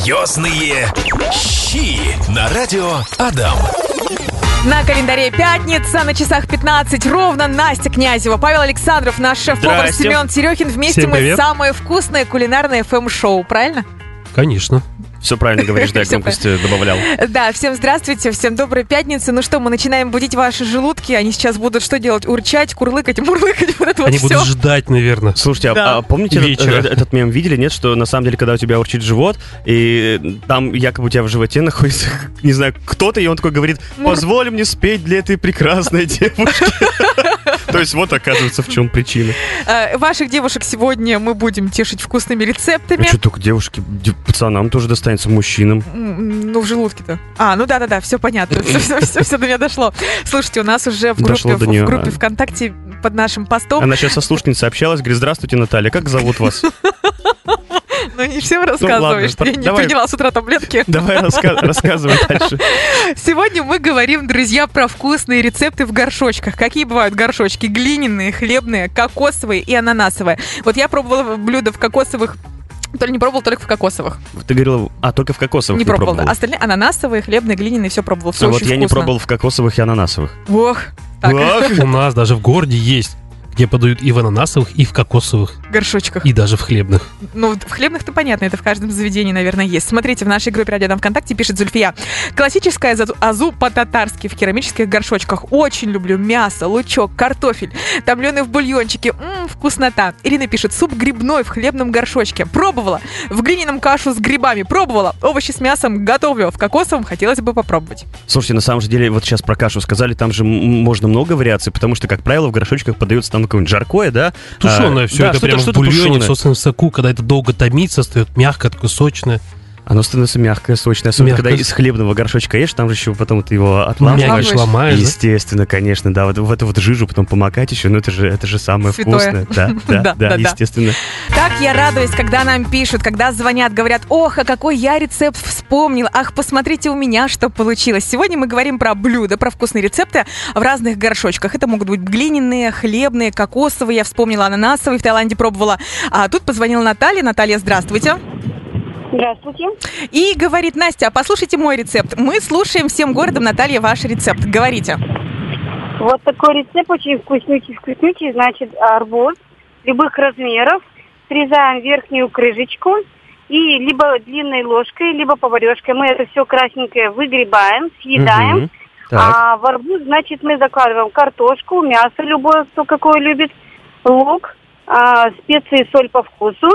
Серьезные щи на радио Адам. На календаре пятница, на часах 15 ровно Настя Князева, Павел Александров, наш шеф-повар Здрасте. Семен Серехин. Вместе Всем мы привет. самое вкусное кулинарное ФМ-шоу, правильно? Конечно. Все правильно говоришь, да, я Всё громкость э, добавлял. Да, всем здравствуйте, всем доброй пятницы. Ну что, мы начинаем будить ваши желудки. Они сейчас будут что делать? Урчать, курлыкать, мурлыкать, вот это вот Они все. будут ждать, наверное. Слушайте, а- Да. а помните этот, Вечера. э, этот мем видели, нет, что на самом деле, когда у тебя урчит живот, и э, там якобы у тебя в животе находится, не знаю, кто-то, и он такой говорит, позволь мне спеть для этой прекрасной девушки. То есть вот оказывается, в чем причина. Э, Ваших девушек сегодня мы будем тешить вкусными рецептами. А что, только девушки, пацанам тоже достанется, мужчинам. М, Ну, в желудке-то. А, ну да-да-да, все понятно, все, до меня дошло. Слушайте, у нас уже в Дошло группе, до в- нее, в группе да. ВКонтакте под нашим постом Она сейчас со слушницей общалась, говорит, здравствуйте, Наталья, как зовут вас? Ну, не всем рассказываешь. ладно, я не давай. приняла с утра таблетки. Давай раска- рассказывай дальше. Сегодня мы говорим, друзья, про вкусные рецепты в горшочках. Какие бывают горшочки? Глиняные, хлебные, кокосовые и ананасовые. Вот я пробовала блюдо в кокосовых то ли не пробовал, только в кокосовых. Ты говорила, а только в кокосовых не, не пробовал. пробовала. да. Остальные ананасовые, хлебные, глиняные, все пробовал. Все А очень вот я не А? вкусно. пробовал в кокосовых и ананасовых. Ох, так, Ох, У нас даже в городе есть, где подают и в ананасовых, и в кокосовых, в горшочках. и даже в хлебных. Ну, в хлебных-то понятно, это в каждом заведении, наверное, есть. Смотрите, в нашей группе «Радио Дом ВКонтакте» пишет Зульфия. Классическая зазу- азу по-татарски в керамических горшочках. Очень люблю мясо, лучок, картофель, томленый в бульончике. Ммм, вкуснота. Ирина пишет, суп грибной в хлебном горшочке. Пробовала. В глиняном кашу с грибами. Пробовала. Овощи с мясом готовлю. В кокосовом хотелось бы попробовать. Слушайте, на самом же деле, вот сейчас про кашу сказали, там же м- можно много вариаций, потому что, как правило, в горшочках подается там какое-нибудь жаркое, да? Тушеное А, все да, это что-то- прямо в что-то бульоне, в тушеное. собственном соку, когда это долго томится, стает мягкое, такое сочное. Оно становится мягкое, сочное, особенно Мягкое. когда из хлебного горшочка ешь, там же еще потом ты его отламываешь. Мягкое Лаваш. ломаешь, Естественно, конечно, да, вот в эту вот жижу потом помакать еще, ну это же, это же самое Святое. вкусное. Да, Да, да, да, да. да, естественно. Так я радуюсь, когда нам пишут, когда звонят, говорят, ох, а какой я рецепт вспомнил, ах, посмотрите у меня, что получилось. Сегодня мы говорим про блюда, про вкусные рецепты в разных горшочках. Это могут быть глиняные, хлебные, кокосовые, я вспомнила ананасовые, в Таиланде пробовала. А тут позвонила Наталья, Наталья, здравствуйте. Здравствуйте. И говорит, Настя, а послушайте мой рецепт. Мы слушаем всем городом, Наталья, ваш рецепт. Говорите. Вот такой рецепт очень вкуснючий, вкуснючий. Значит, арбуз любых размеров. Срезаем верхнюю крышечку и либо длинной ложкой, либо поварешкой. Мы это все красненькое выгребаем, съедаем. Мгм. Так. А в арбуз, значит, мы закладываем картошку, мясо любое, кто какое любит, лук, а, специи, соль по вкусу.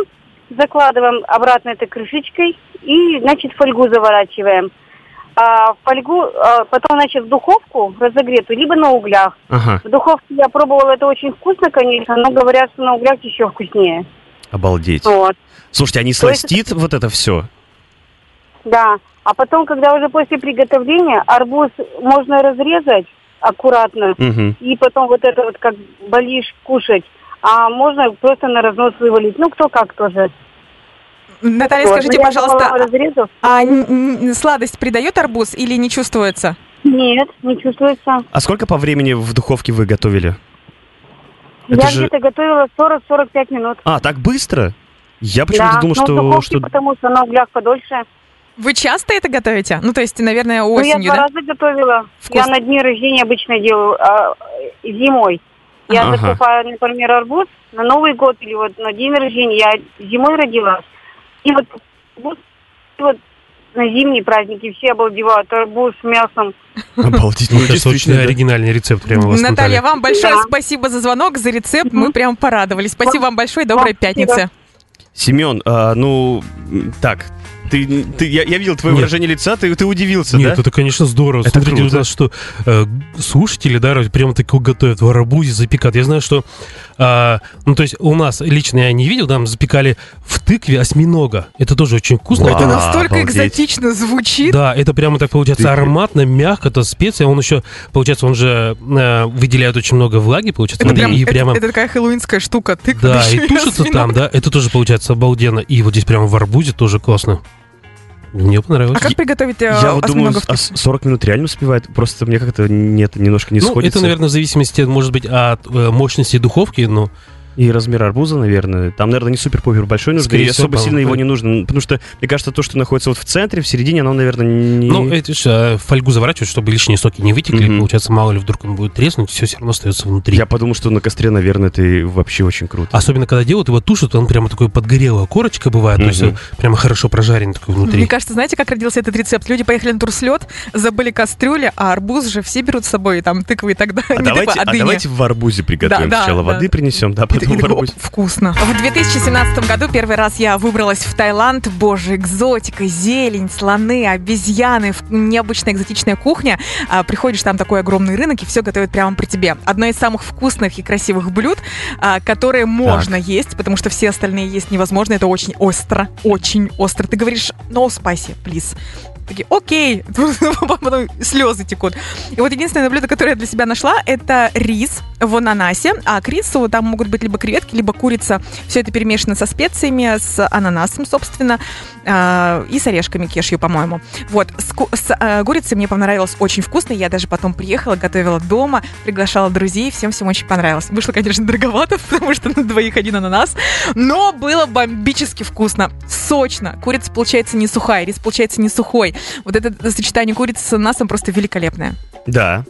Закладываем обратно этой крышечкой и, значит, фольгу заворачиваем. А, фольгу а, потом, значит, в духовку разогретую, либо на углях. Ага, В духовке я пробовала, это очень вкусно, конечно, но говорят, что на углях еще вкуснее. обалдеть. Вот. Слушайте, а не То есть- сластит вот это все? Да, а потом, когда уже после приготовления арбуз можно разрезать аккуратно, Угу. и потом вот это вот как болишь кушать, а можно просто на разнос вывалить. Ну, кто как тоже. А Наталья, Вот. скажите, Но ну, я пожалуйста, попробовала разрезов. а н- н- сладость придает арбуз или не чувствуется? Нет, не чувствуется. А сколько по времени в духовке вы готовили? Это я же- где-то готовила 40-45 минут. А, так быстро? Я почему-то да, думал, но в что, духовке, что... потому что на углях подольше. Вы часто это готовите? Ну, то есть, наверное, Ну, я осенью, два да? раза готовила. Вкусно. Я на дни рождения обычно делаю а, зимой. Я Ага. закупаю, например, арбуз на Новый год или вот на день рождения. Я зимой родилась. И вот, вот, и вот на зимние праздники все обалдевают. Арбуз с мясом. Обалдеть, да? Это очень Ну, оригинальный рецепт прямо у вас, Наталья, Наталья. вам большое Да. спасибо за звонок, за рецепт. Мы прям порадовались. Спасибо вам большое и доброй Вам спасибо. пятницы. Семен, а, ну, м, так, ты, ты, я, я видел твое Нет. выражение лица, ты, ты удивился, Нет, да? это, конечно, здорово. Это Смотрите, круто. у нас что, э, слушатели, да, прямо так готовят в арбузе, запекат. Я знаю, что, а, ну, то есть у нас, лично я не видел, там запекали в тыкве осьминога. Это тоже очень вкусно. Вау. Это Это А, настолько обалдеть. экзотично звучит. Да, это прямо так получается Тыквы. ароматно, мягко, то специя. Он еще, получается, он же э, выделяет очень много влаги, получается, Это, он прям, и это- прямо. это такая хэллоуинская штука. Ты да, и тушится там, да, это тоже получается обалденно. И вот здесь прямо в арбузе тоже классно. Мне понравилось. А как приготовить э, Я вот думаю, осьминога в а с- 40 минут реально успевает, просто мне как-то нет, немножко не ну, сходится. это, наверное, в зависимости, может быть, от э, мощности духовки, но И размер арбуза, наверное. Там, наверное, не супер-пупер большой нужно, Скорее и всего, особо сильно по-моему, его да. не нужно. Ну, Потому что, мне кажется, то, что находится вот в центре, в середине, оно, наверное, не... Ну, это ж, э, в фольгу заворачивают, чтобы лишние соки не вытекли. Мгм. Получается, мало ли вдруг он будет треснуть, все все равно остается внутри. Я подумал, что на костре, наверное, это вообще очень круто. Особенно, когда делают его тушат, он прямо такой подгорелая корочка бывает, то есть Мгм. он прямо хорошо прожарен такой внутри. Мне кажется, знаете, как родился этот рецепт? Люди поехали на турслет, забыли кастрюли, а арбуз же все берут с собой, там тыквы и так далее. А Не тыквы, давайте, а дыни. давайте в арбузе Да, приготовим. да, Сначала да. воды принесем, да, И ты- и потом в такой, арбуз. «Оп, вкусно. В 2017 году первый раз я выбралась в Таиланд. Боже, экзотика, зелень, слоны, обезьяны, в- необычная экзотичная кухня. А, приходишь, там такой огромный рынок, и все готовят прямо при тебе. Одно из самых вкусных и красивых блюд, а, которые можно есть, потому что все остальные есть невозможно. Это очень остро, очень остро. Ты говоришь no spicy, please. Такие, окей, потом слезы текут. И вот единственное блюдо, которое я для себя нашла, это рис в ананасе. А к рису там могут быть либо креветки, либо курица. Все это перемешано со специями, с ананасом, собственно, а, и с орешками кешью, по-моему. Вот, с, ку- с, а, курицей мне понравилось очень вкусно. Я даже потом приехала, готовила дома, приглашала друзей. Всем-всем очень понравилось. Вышло, конечно, дороговато, потому что на двоих один ананас. Но было бомбически вкусно, сочно. Курица получается не сухая, рис получается не сухой. Вот это сочетание курицы с ананасом просто великолепное. Да.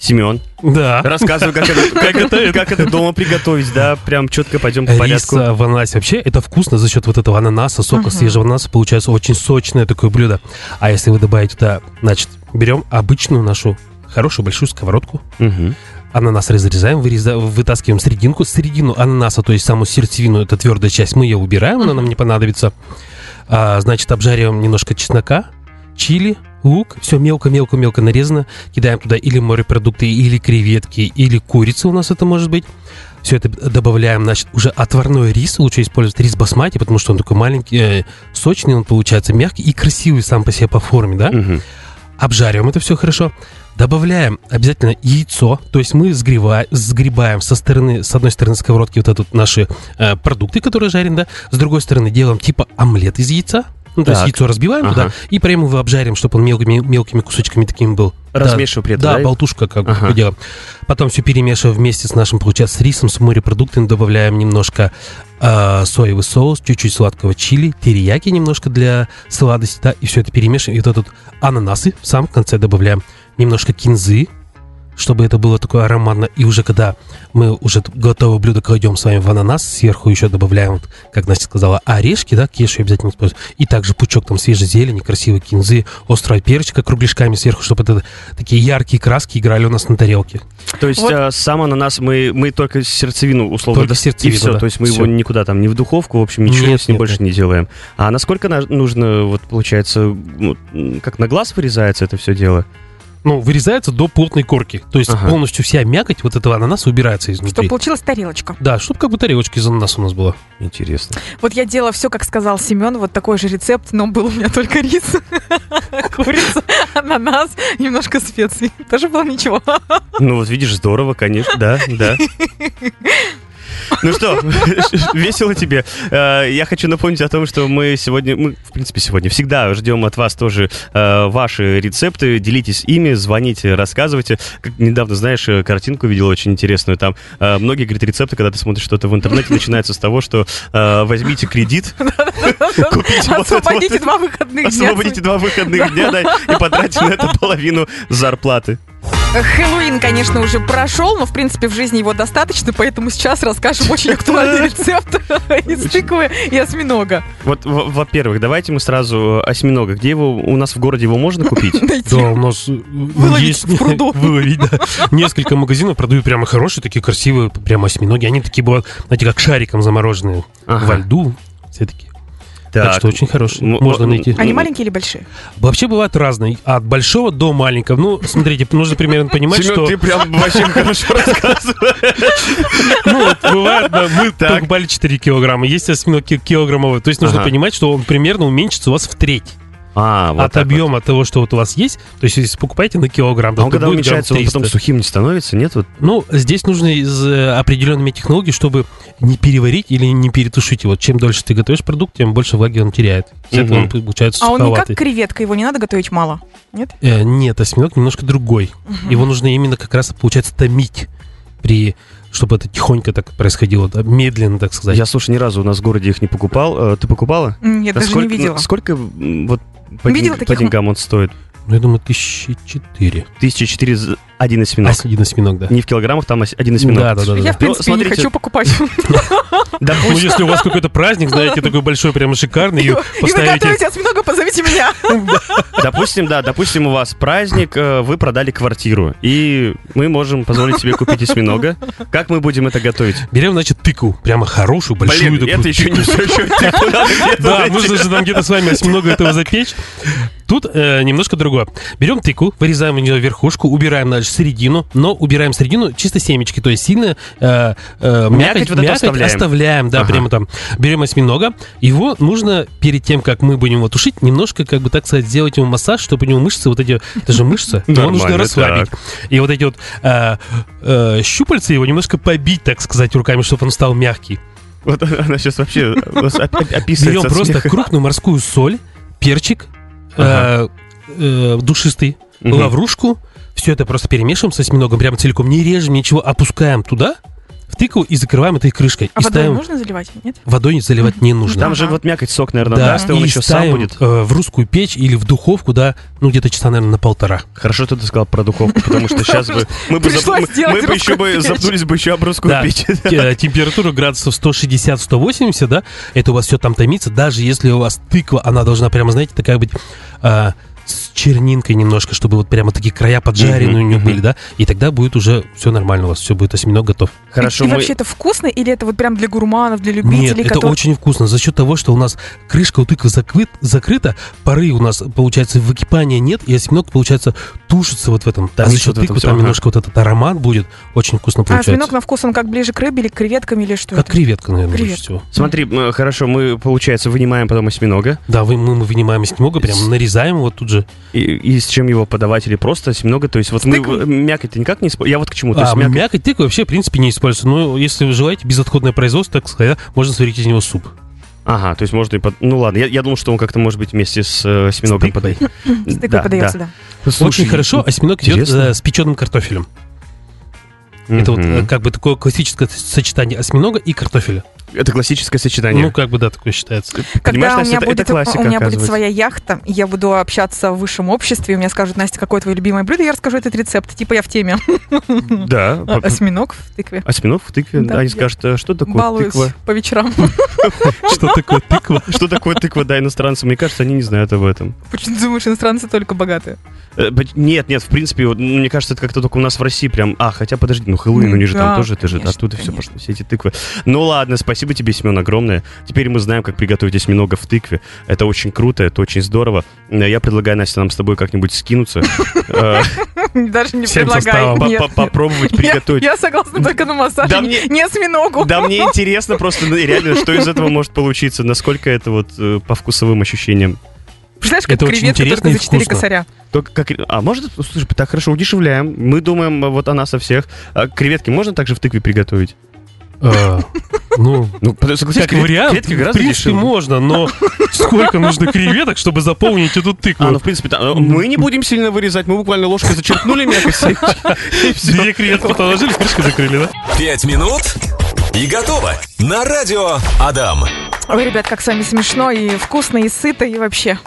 Семен, Да. рассказывай, как это, как это- как это дома приготовить, да, прям четко пойдем по Рис порядку. э, в ананасе вообще это вкусно за счет вот этого ананаса, сока Мгм. свежего ананаса получается очень сочное такое блюдо. А если вы добавите туда, значит, берем обычную нашу хорошую большую сковородку, Мгм. ананас разрезаем, выреза- вытаскиваем серединку, середину ананаса, то есть саму сердцевину, это твердая часть, мы ее убираем, она нам не понадобится. А, значит, обжариваем немножко чеснока, чили, лук, все мелко-мелко-мелко нарезано, кидаем туда или морепродукты, или креветки, или курица у нас это может быть. Все это добавляем, значит, уже отварной рис. Лучше использовать рис басмати, потому что он такой маленький, э, сочный, он получается мягкий и красивый сам по себе по форме, да? Мгм. обжариваем это все хорошо, добавляем обязательно яйцо, то есть мы сгрева- сгребаем со стороны, с одной стороны сковородки вот этот наши э, продукты, которые жарим, да, с другой стороны делаем типа омлет из яйца, ну, то есть Так. яйцо разбиваем Ага. туда и прямо его обжарим, чтобы он мелкими, мелкими кусочками таким был. Да, Размешивай при этом, да, да? болтушка как бы Ага. такое дело. Потом все перемешиваем вместе с нашим, получается, с рисом, с морепродуктами, добавляем немножко э, соевый соус, чуть-чуть сладкого чили, терияки немножко для сладости, да, и все это перемешиваем. И вот этот ананасы сам в конце добавляем, немножко кинзы, чтобы это было такое ароматно. И уже когда мы уже т- готовое блюдо кладем с вами в ананас, сверху еще добавляем, вот, как Настя сказала, орешки, да, кешью обязательно используем. И также пучок там свежей зелени, красивой кинзы, острого перчика кругляшками сверху, чтобы это такие яркие краски играли у нас на тарелке. То есть Вот. а, сам ананас, мы, мы только сердцевину условно Только дос- сердцевину, и все, да. то есть мы Всё. его никуда там, не в духовку, в общем, ничего Нет, с ним нет, больше нет. не делаем. А насколько на- нужно, вот получается, ну, м, как на глаз вырезается это все дело? Ну, вырезается до плотной корки. То есть Ага. полностью вся мякоть вот этого ананаса убирается Чтобы изнутри. получилась тарелочка. Да, чтобы как бы тарелочка из ананаса у нас была. Интересно. Вот я делала все, как сказал Семен, вот такой же рецепт, но был у меня только рис, курица, ананас, немножко специй. Тоже было ничего. Ну вот видишь, здорово, конечно, да, да. Ну что, весело тебе. Э, Я хочу напомнить о том, что мы сегодня, мы, в принципе, сегодня всегда ждем от вас тоже э, ваши рецепты. Делитесь ими, звоните, рассказывайте. Как недавно, знаешь, э, картинку видел очень интересную. Там э, многие, говорят, рецепты, когда ты смотришь что-то в интернете, начинается с того, что э, возьмите кредит, купите вот это вот Освободите два выходных дня. Освободите два выходных дня да, и потратьте на это половину зарплаты. Хэллоуин, конечно, уже прошел, но, в принципе, в жизни его достаточно, поэтому сейчас расскажем очень актуальный рецепт из тыквы и осьминога. Вот, во- во-первых, давайте мы сразу э, осьминога. Где его? У нас в городе его можно купить? Найти. Да, у нас э, Выловить есть- в пруду. Выловить, да. Несколько магазинов продают прямо хорошие, такие красивые, прямо осьминоги. Они такие бывают, знаете, как шариком замороженные Ага. во льду. Все такие. Так, Так, что очень хорошие. М- Можно м- найти. Они маленькие или большие? Вообще бывают разные. От большого до маленького. Ну, смотрите, нужно примерно понимать, Семен, что... ты прям вообще хорошо рассказываешь. Ну, вот бывает, да, мы Так. покупали 4 килограмма. Есть осьминог ки- килограммовый. То есть нужно Ага. понимать, что он примерно уменьшится у вас в треть. А, от объема того, что вот у вас есть. То есть если покупаете на килограмм, то А он когда будет грамм уменьшается, он 300. потом сухим не становится, нет? Вот. Ну, здесь нужно из э, определенными технологий, чтобы не переварить или не перетушить его. Чем дольше ты готовишь продукт, тем больше влаги он теряет. С этого Мгм. он получается А он не как суховатый. креветка, его не надо готовить мало. Э, нет, осьминог немножко другой. Его нужно именно как раз, получается, томить при чтобы это тихонько так происходило, да, медленно, так сказать. Я, слушай, ни разу у нас в городе их не покупал. Э, Ты покупала? М, Я Да даже не сколько- ну, видела. Сколько м, вот по, Видела ден- по таких? деньгам он стоит? Ну, я думаю, тысячи четыре. 1004 за один А осьминог. если один осьминог, да. Не в килограммах, там ос- один осьминог. Да, да, да. Я, в Ну, принципе, не смотрите. хочу покупать. Ну, если у вас какой-то праздник, знаете, такой большой, прямо шикарный, И и вы поставите... готовите осьминога, позовите меня. Допустим, да, допустим, у вас праздник, э, вы продали квартиру, и мы можем позволить себе купить осьминога. Как мы будем это готовить? Берем, значит, тыкву, прямо хорошую, большую Блин, такую это еще не тыкву. все, еще тыкву надо где-то Да, найти. нужно же нам где-то с вами осьминога этого запечь. Тут э, немножко другое. Берем тыкву, вырезаем у нее верхушку, убираем дальше середину, но убираем середину чисто семечки, то есть сильно э, э, Мякоть мякоть, вот эту мякоть оставляем. оставляем. да, Ага. прямо там. Берем осьминога, его нужно перед тем, как мы будем его тушить, немножко, как бы так сказать, сделать ему массаж, чтобы у него мышцы, вот эти, это же мышцы, его Нормально, нужно расслабить. И вот эти вот э, э, щупальца его немножко побить, так сказать, руками, чтобы он стал мягкий. Вот она сейчас вообще нас оп- оп- описывается. Берем от просто смеха. крупную морскую соль, перчик, Ага. э, э, душистый, Мгм. лаврушку. Все это просто перемешиваем со осьминогом, прям целиком. Не режем ничего, опускаем туда, в тыкву и закрываем этой крышкой. А и водой ставим... можно заливать? Нет? Водой заливать не нужно. Там же Ага. вот мякоть сок, наверное, даст, и он и еще сам ставим, будет. э, в русскую печь или в духовку, да, ну где-то часа, наверное, на полтора. Хорошо, что ты сказал про духовку, потому что сейчас бы мы бы Пришлось зап- мы- сделать мы бы еще бы русскую печь. запнулись бы еще об русскую Да. печь. Э, Температура градусов 160-180, да, это у вас все там томится. Даже если у вас тыква, она должна прямо, знаете, такая быть а, с чернинкой немножко, чтобы вот прямо такие края поджаренные у нее мгм. были, да, и тогда будет уже все нормально у вас, все будет осьминог готов. Хорошо, И мы... вообще это вкусно или это вот прям для гурманов, для Нет, любителей? это которые- очень вкусно. За счет того, что у нас крышка у тыквы закрыт- закрыта, пары у нас, получается, выкипания нет, и осьминог, получается, тушится вот в этом. А за Томится счет вот в этом тыквы всём, там ага. немножко вот этот аромат будет, очень вкусно А получается. осьминог на вкус, он как ближе к рыбе или к креветкам или что? Как это? креветка, наверное, Креветка. больше всего. Смотри, м, хорошо, мы, получается, вынимаем потом осьминога. Да, вы- мы, мы вынимаем осьминога, С- прям нарезаем его тут же. И, и с чем его подавать или просто осьминога? То есть вот мы тыквой? э, мякоть-то никак не используем. Я вот к чему. То есть а мякоть- мякоть... тыквы вообще, в принципе, не используется. Но если вы желаете безотходное производство, так сказать, можно сварить из него суп. Ага, то есть можно и под... Ну ладно, я, я думал, что он как-то может быть вместе с э, осьминогом подать. С тыквой подается, да. а Очень хорошо осьминог идет интересно. э, с печеным картофелем. Это вот э, как бы такое классическое с- сочетание осьминога и картофеля. Это классическое сочетание. Ну, как бы, да, такое считается. Когда у Настя, меня, это- будет, это классика, у меня будет оказывается. своя яхта, я буду общаться в высшем обществе, и мне скажут, Настя, какое твое любимое блюдо, я расскажу этот рецепт. Типа я в теме. Да. а, по- Осьминог в тыкве. Осьминог а в тыкве. Да, я- Они скажут, э, что такое Балуюсь тыква? по вечерам. Что такое тыква? Что такое тыква, да, иностранцы? Мне кажется, они не знают об этом. Почему ты думаешь, иностранцы только богатые? Э, б- Нет, нет, в принципе, вот, ну, мне кажется, это как-то только у нас в России прям... А, хотя подожди, ну Хэллоуин, Ну у них же там да, тоже, это же конечно, оттуда все конечно. пошло, все эти тыквы. Ну ладно, спасибо тебе, Семен, огромное. Теперь мы знаем, как приготовить осьминога в тыкве. Это очень круто, это очень здорово. Э, Я предлагаю, Настя, нам с тобой как-нибудь скинуться, э, Даже не Всем предлагай. составом. по- Нет, по- нет. попробовать Я- приготовить. Я согласна только на массаж, Да не- мне- не осьминогу. Да мне интересно просто, ну, реально, что из этого может получиться, насколько это вот э, по вкусовым ощущениям. Представляешь, как Это очень креветка интересно только и за 4 вкусно. косаря. Только как... А может, слушай, так хорошо удешевляем. Мы думаем э, вот о нас, о всех. А креветки можно также в тыкве приготовить? Э, Ну, А, Ну, под- согласись, как кревет- вариант, креветки в гораздо принципе, дешевле. можно, но сколько нужно креветок, чтобы заполнить эту А, ну, тыкву? в принципе, да, мы не будем сильно вырезать, мы буквально ложкой зачерпнули мякоть. и всё. Две креветки положили, крышку закрыли, да? Пять минут и готово. На радио Адам. Ой, ребят, как с вами смешно и вкусно, и сыто, и вообще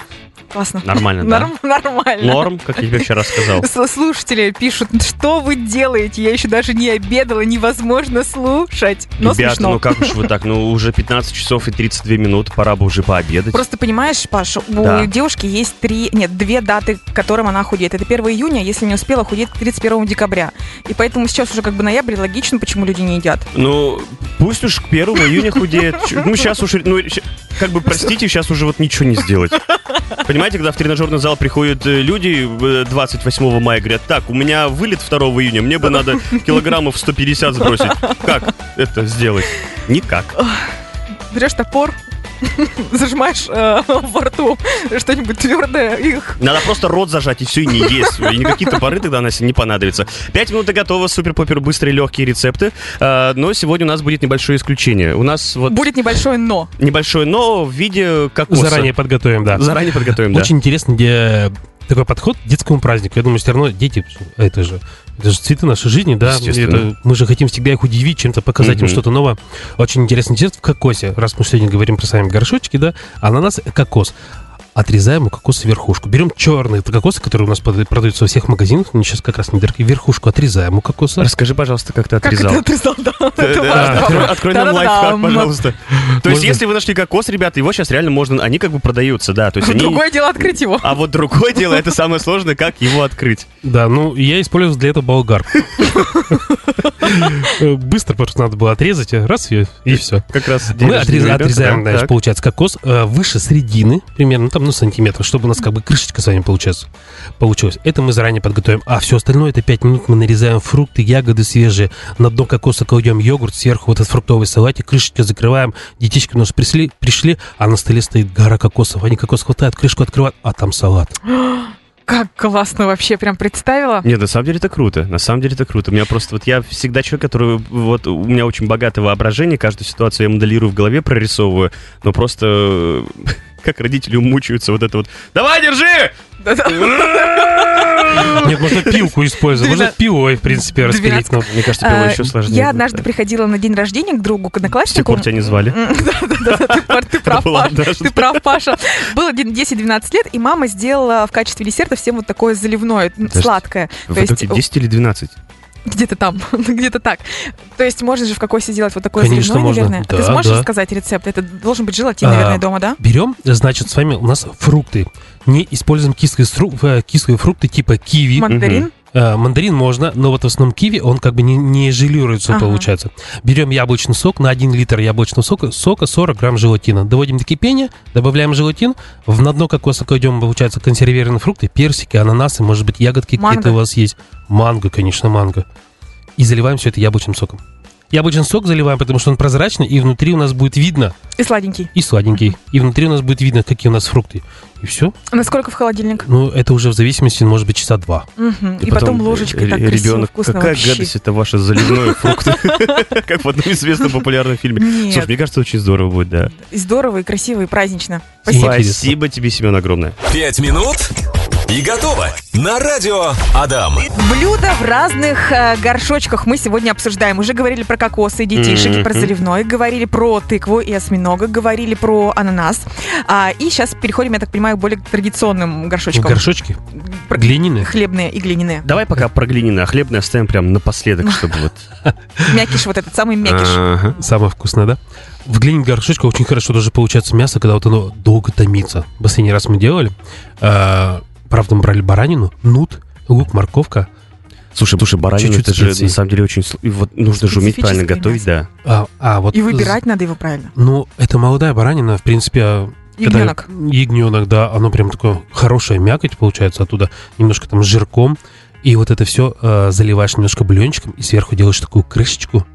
классно. Нормально, да? Норм- Нормально. Норм, как я тебе вчера сказал. С- Слушатели пишут, что вы делаете? Я еще даже не обедала, невозможно слушать. Но Ребята, смешно. ну как уж вы так, ну уже 15 часов и 32 минут, пора бы уже пообедать. Просто понимаешь, Паша, у Да. девушки есть три, нет, две даты, к которым она худеет. Это 1 июня, если не успела, худеть к 31 декабря. И поэтому сейчас уже как бы ноябрь, и логично, почему люди не едят. Ну, пусть уж к 1 июня худеет. Чё- Ну, сейчас уже, ну, щ- как бы, простите, сейчас уже вот ничего не сделать. Понимаете, когда в тренажерный зал приходят э, люди э, 28 мая, говорят, так, у меня вылет 2 июня, мне бы надо килограммов 150 сбросить. Как это сделать? Никак. Берешь топор, зажимаешь э, во рту что-нибудь твердое, их Надо просто рот зажать и все, и не есть. И никакие топоры тогда Настя не понадобятся. Пять минут и готово. Супер-попер быстрые легкие рецепты. Э, Но сегодня у нас будет небольшое исключение. У нас вот будет небольшое но. небольшое но в виде кокоса. Заранее подготовим, да. Заранее подготовим, да. Очень интересно, где такой подход к детскому празднику. Я думаю, все равно дети, это же, это же цветы нашей жизни, да? Естественно. Это- мы же хотим всегда их удивить, чем-то показать им Мгм. что-то новое. Очень интересный рецепт в кокосе. Раз мы сегодня говорим про сами горшочки, да, ананас и кокос. Отрезаем у кокоса верхушку. Берем черные кокосы, которые у нас под- продаются во всех магазинах, но сейчас как раз не дырки. Верхушку отрезаем у кокоса. Расскажи, пожалуйста, как ты Как отрезал. это отрезал? Да, Э, это да, важно. открой- Открой нам лайфхак, Та-да-дам. пожалуйста. То есть, Можно? если вы нашли кокос, ребята, его сейчас реально можно... Они как бы продаются, да. То есть они... Другое дело открыть его. А вот другое дело, это самое сложное, как его открыть. Да, ну я использовал для этого болгар. Э, Быстро просто надо было отрезать, э, раз и, и все. Как раз день Мы рождения отрез- ребенка, отрезаем, да, значит, так. получается, кокос э, выше средины, примерно там, ну, сантиметров, чтобы у нас как бы крышечка с вами получилась. получилась. Это мы заранее подготовим. А все остальное, это 5 минут, мы нарезаем фрукты, ягоды свежие, на дно кокоса кладем йогурт, сверху вот этот фруктовый салатик, крышечку закрываем, детишки у нас пришли, пришли, а на столе стоит гора кокосов. Они кокос хватают, крышку открывают, а там салат. Как классно вообще, прям представила. Нет, на самом деле это круто. На самом деле это круто. У меня просто вот я всегда человек, который вот у меня очень богатое воображение, каждую ситуацию я моделирую в голове, прорисовываю, но просто э, как родители мучаются вот это вот. Давай, держи! Нет, можно пилку использовать, можно Двенадцать- пивой, в принципе, распилить. двенадцать- но Мне кажется, пиво А, еще сложнее. Я будет, однажды да. приходила на день рождения к другу, к С тех однокласснику. пор тебя не звали. М, Да-да-да, ты пар- ты прав, было Паш, однажды. ты прав, Паша. Было где-то 10-12 лет, и мама сделала в качестве десерта всем вот такое заливное, м, Подожди, сладкое. В То есть итоге 10 или 12? где-то там, где-то так. То есть можно же в кокосе делать вот такое Конечно, заливное, можно. наверное. А Ты Да, сможешь да. рассказать рецепт? Это должен быть желатин, А, наверное, дома, да? Берем, значит, с вами у нас фрукты. Не используем кислые, сру- э, кислые фрукты типа киви. Мандарин? Э, мандарин можно, но вот в основном киви, он как бы не, не желируется, Ага. получается. Берем яблочный сок, на 1 литр яблочного сока, сока 40 грамм желатина. Доводим до кипения, добавляем желатин, в на дно кокоса кладем, получается, консервированные фрукты, персики, ананасы, может быть, ягодки какие-то Манго. у вас есть. Манго, конечно, манго. И заливаем все это яблочным соком. Яблочный сок заливаем, потому что он прозрачный, и внутри у нас будет видно, И сладенький. и сладенький. И внутри у нас будет видно, какие у нас фрукты. И все. Насколько в холодильник? Ну, это уже в зависимости, может быть, часа два. Мгм. И потом ложечкой так красиво, Ребенок, вкусно э, какая вообще. гадость это ваше заливное фрукты. Как в одном известном популярном фильме. Нет. Слушай, мне кажется, очень здорово будет, да. И здорово, и красиво, и празднично. Спасибо. Спасибо тебе, Семен, огромное. Пять минут и готово. На радио Адам. Блюда в разных э, горшочках мы сегодня обсуждаем. Уже говорили про кокосы и детишек, и про Мгм. заливной, говорили про тыкву и осьминога, говорили про ананас. А, и сейчас переходим, я так понимаю, к более традиционным горшочкам. Горшочки Про- глиняные. Хлебные и глиняные. Давай пока про глиняное, а хлебное оставим прям напоследок, чтобы вот... Мякиш вот этот, самый Э, мякиш. Ага. Самое вкусное, да? В глиняных горшочках очень хорошо даже получается мясо, когда вот оно долго томится. В последний раз мы делали. э, правда, мы брали баранину, нут, лук, морковка. Слушай, слушай, баранина, Чуть-чуть это же специи. на самом деле очень... сл- и Вот нужно же уметь правильно Специфическое готовить, да. А, а вот И выбирать надо его правильно. Ну, это молодая баранина, в принципе, а, когда- Ягненок. Ягненок, да. Оно прям такое хорошее мякоть получается оттуда. Немножко там с жирком. И вот это все заливаешь немножко бульончиком и сверху делаешь такую крышечку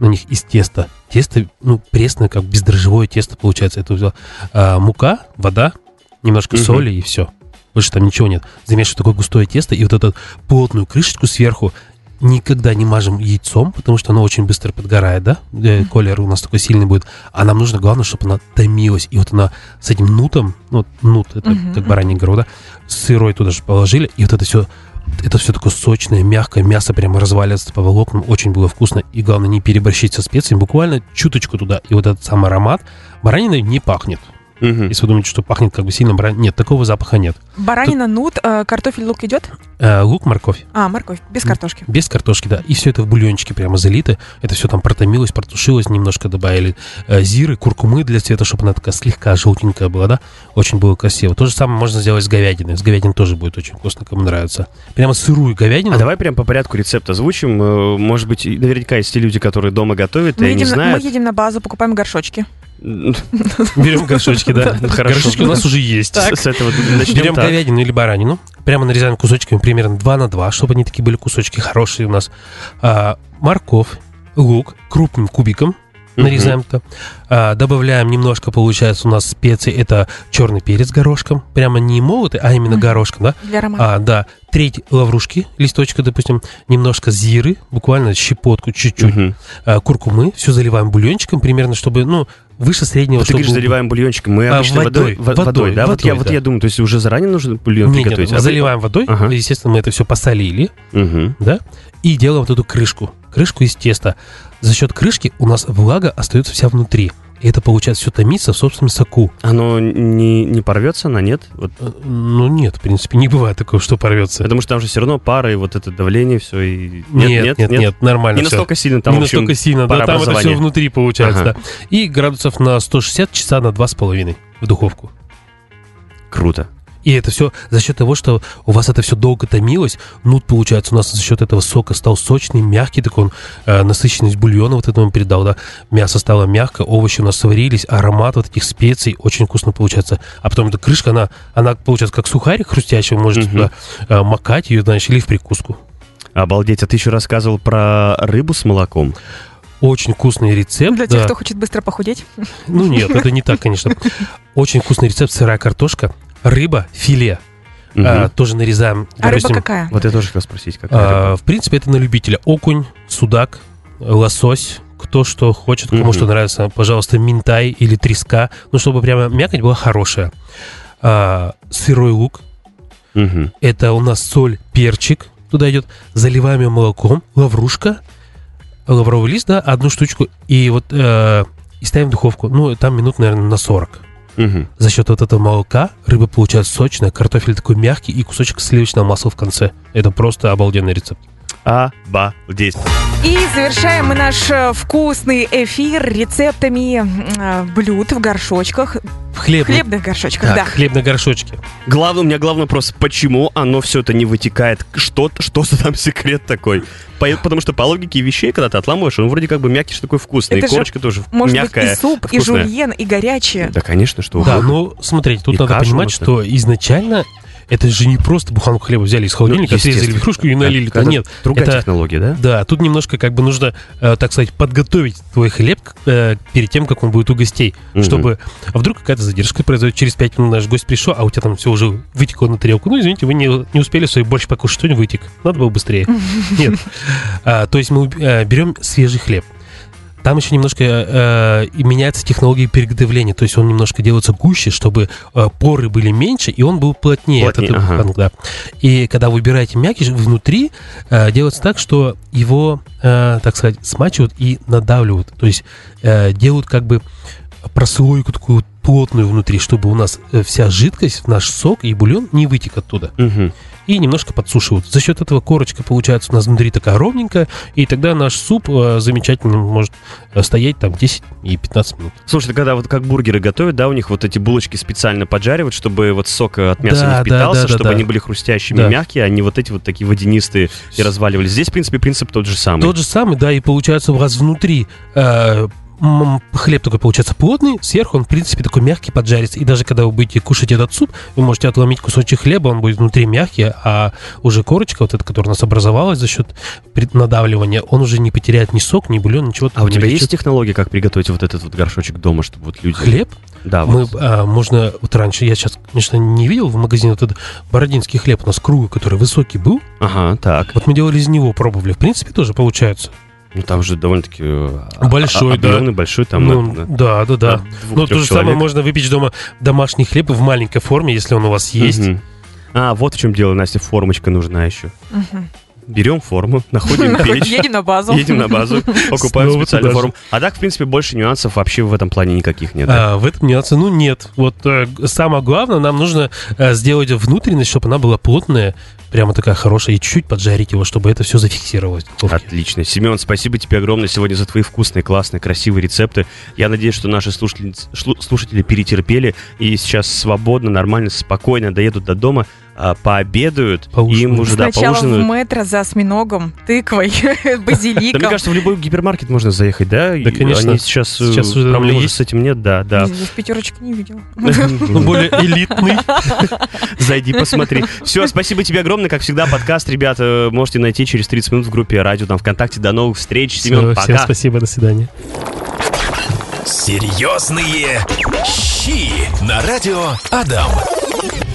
на них из теста. Тесто, ну, пресное, как бездрожжевое тесто получается. Это всё, а, мука, вода, немножко Мгм. соли и все. Больше там ничего нет. Замешиваешь такое густое тесто и вот эту плотную крышечку сверху никогда не мажем яйцом, потому что оно очень быстро подгорает, да? Э, Колер у нас такой сильный будет. А нам нужно, главное, чтобы она томилась. И вот она с этим нутом, ну, вот нут, это Мгм, как бараний груда, с сырой туда же положили, и вот это все это все такое сочное, мягкое, мясо прямо разваливается по волокнам, очень было вкусно. И главное, не переборщить со специями, буквально чуточку туда. И вот этот сам аромат бараниной не пахнет. Мгм. Если вы думаете, что пахнет как бы сильно баранина, нет, такого запаха нет. Баранина, нут, э, картофель, лук идет? Э, лук, морковь. А, морковь, без Мгм. картошки. Без картошки, да. И все это в бульончике прямо залито. Это все там протомилось, протушилось, немножко добавили э, зиры, куркумы для цвета, чтобы она такая слегка желтенькая была, да. Очень было красиво. То же самое можно сделать с говядиной. С говядиной тоже будет очень вкусно, кому нравится. Прямо сырую говядину. А давай прям по порядку рецепт озвучим. Э, Может быть, и наверняка есть те люди, которые дома готовят, и Мы они едем, на, мы знают. едем на базу, покупаем горшочки. М, берем горшочки, да. Ну, хорошо. Горшочки у нас уже есть. С с этого Берем начнем так. говядину или баранину, прямо нарезаем кусочками примерно 2 на 2, чтобы они такие были кусочки хорошие у нас. А, морковь, лук крупным кубиком Мгм. нарезаем то. А, добавляем немножко, получается, у нас специи. Это черный перец горошком. Прямо не молотый, а именно Мгм. горошком, да? Для аромата. А, да. Треть лаврушки, листочка, допустим, немножко зиры, буквально щепотку чуть-чуть Мгм. а, куркумы, все заливаем бульончиком примерно, чтобы, ну, выше среднего, Вот ты чтобы говоришь, был- заливаем бульончиком. Мы А, обычно водой, водой, во- водой, водой, да? вот, я, водой, вот да. я думаю, то есть уже заранее нужно бульон Не, нет, приготовить? а вы- заливаем водой, Ага. естественно, мы это все посолили, Мгм. да, и делаем вот эту крышку. Крышку из теста. За счет крышки у нас влага остается вся внутри. И это получается все томится в собственном соку. Оно не, не порвется, она нет? Вот. Э, Ну нет, в принципе, не бывает такого, что порвется. Потому что там же все равно пара и вот это давление, все. И... нет, нет, нет, нормально. Не всё. настолько сильно там, не в общем, настолько сильно, да, там это парообразование. все внутри получается, Ага. да. И градусов на 160 часа на 2,5 в духовку. Круто. И это все за счет того, что у вас это все долго томилось. Нут, получается, у нас за счет этого сока стал сочный, мягкий, так он э, насыщенность бульона вот этому передал, да. Мясо стало мягко, овощи у нас сварились, аромат вот этих специй очень вкусно получается. А потом эта крышка, она, она получается как сухарик хрустящий, вы можете Мгм. туда э, макать ее, значит, или в прикуску. Обалдеть, а ты еще рассказывал про рыбу с молоком. Очень вкусный рецепт. Для тех, да. кто хочет быстро похудеть. Ну нет, это не так, конечно. Очень вкусный рецепт сырая картошка, рыба, филе. Мгм. А, тоже нарезаем. А рыба допустим, какая? Вот я тоже хотел спросить, как а, в принципе, это на любителя. Окунь, судак, лосось. Кто что хочет, кому Мгм. что нравится. Пожалуйста, минтай или треска. Ну, чтобы прямо мякоть была хорошая. А, сырой лук. Это у нас соль, перчик. Туда идет. Заливаем ее молоком. Лаврушка. Лавровый лист, да, одну штучку. И вот э, и ставим в духовку. Ну, там минут, наверное, на 40. За счет вот этого молока рыба получается сочная, картофель такой мягкий и кусочек сливочного масла в конце. Это просто обалденный рецепт. Обалдеть. И завершаем мы наш э, вкусный эфир рецептами э, блюд в горшочках, Хлеб. хлебных горшочках, Так, да. хлеб на горшочке. Главное, у меня главный вопрос, почему оно все это не вытекает? Что, что за там секрет такой? По- потому что по логике вещей, когда ты отламываешь, он вроде как бы мягкий, что такой вкусный. Это и же корочка тоже Может мягкая. быть и суп, и вкусная. жульен, и горячие. Да, конечно, что Да, угодно. ну смотрите, тут И надо кашу понимать, можно. что изначально это же не просто буханку хлеба взяли из холодильника, отрезали Ну, естественно. верхушку и налили. Это Нет, Другая это- технология, да? да, тут немножко как бы нужно, э, так сказать, подготовить твой хлеб э, перед тем, как он будет у гостей, Мгм. чтобы а вдруг какая-то задержка произойдет, через 5 минут наш гость пришел, а у тебя там все уже вытекло на тарелку. Ну, извините, вы не, не успели свой борщ покушать, что-нибудь вытек. Надо было быстрее. Нет. А, То есть мы э, берем свежий хлеб. Там еще немножко э, и меняется технология приготовления, то есть он немножко делается гуще, чтобы э, поры были меньше и он был плотнее. Плотнее, этот ага. банк, да. И когда вы убираете мякиш, внутри э, делается так, что его, э, так сказать, смачивают и надавливают, то есть э, делают как бы прослойку такую вот плотную внутри, чтобы у нас э, вся жидкость, наш сок и бульон не вытек оттуда Мгм. и немножко подсушивают. За счет этого корочка получается у нас внутри такая ровненькая, и тогда наш суп э, замечательно может э, стоять там 10 и 15 минут. Слушай, ты когда вот как бургеры готовят, да, у них вот эти булочки специально поджаривают, чтобы вот сок от мяса Да, не да, впитался, да, да, чтобы да. они были хрустящими, Да. мягкие, а не вот эти вот такие водянистые и разваливались. Здесь, в принципе, принцип тот же самый. Тот же самый, да, и получается у вас внутри э, м, хлеб такой получается плотный, сверху он, в принципе, такой мягкий поджарится. И даже когда вы будете кушать этот суп, вы можете отломить кусочек хлеба, он будет внутри мягкий, а уже корочка, вот эта, которая у нас образовалась за счет при- надавливания, он уже не потеряет ни сок, ни бульон, ничего. А у не тебя есть влечет. технология, как приготовить вот этот вот горшочек дома, чтобы вот люди... хлеб? Да, Мы, вот. а, можно, вот раньше, я сейчас, конечно, не видел в магазине вот этот бородинский хлеб у нас круглый, который высокий был. Ага, так. Вот мы делали из него, пробовали. В принципе, тоже получается. Ну, там же довольно-таки... э, Большой, а- а- да. Объемный, большой, там... ну, на- на- да, да, да. на двух, Ну, то трех же самое человек. можно выпечь дома домашний хлеб в маленькой форме, если он у вас есть. Мгм. А, вот в чем дело, Настя, формочка нужна еще. Мгм. Берем форму, находим Находим- печь, Едем на базу. едем на базу, покупаем Снова специальную туда же. форму. А так, в принципе, больше нюансов вообще в этом плане никаких нет. да? А, в этом нюансе, ну, нет. Вот э, г- самое главное, нам нужно э, сделать внутренность, чтобы она была плотная, прямо такая хорошая, и чуть-чуть поджарить его, чтобы это все зафиксировалось. в духовке. Отлично. Семен, спасибо тебе огромное сегодня за твои вкусные, классные, красивые рецепты. Я надеюсь, что наши слушательниц- шлу- слушатели перетерпели и сейчас свободно, нормально, спокойно доедут до дома, а, пообедают, и им Поужинают. уже да, Сначала в поужинают. метро за осьминогом, тыквой, Да, мне базиликом. кажется, в любой гипермаркет можно заехать, да? И конечно. Они сейчас, Сейчас э, уже проблем уже есть. с этим нет, да, да. Здесь пятерочек не видела. Он Ну, более элитный. Зайди, посмотри. Все, спасибо тебе огромное. Как всегда, подкаст, ребята, э, можете найти через 30 минут в группе Радио там ВКонтакте. До новых встреч. Семен, Всем пока. спасибо, до свидания. Серьезные щи на радио Адам.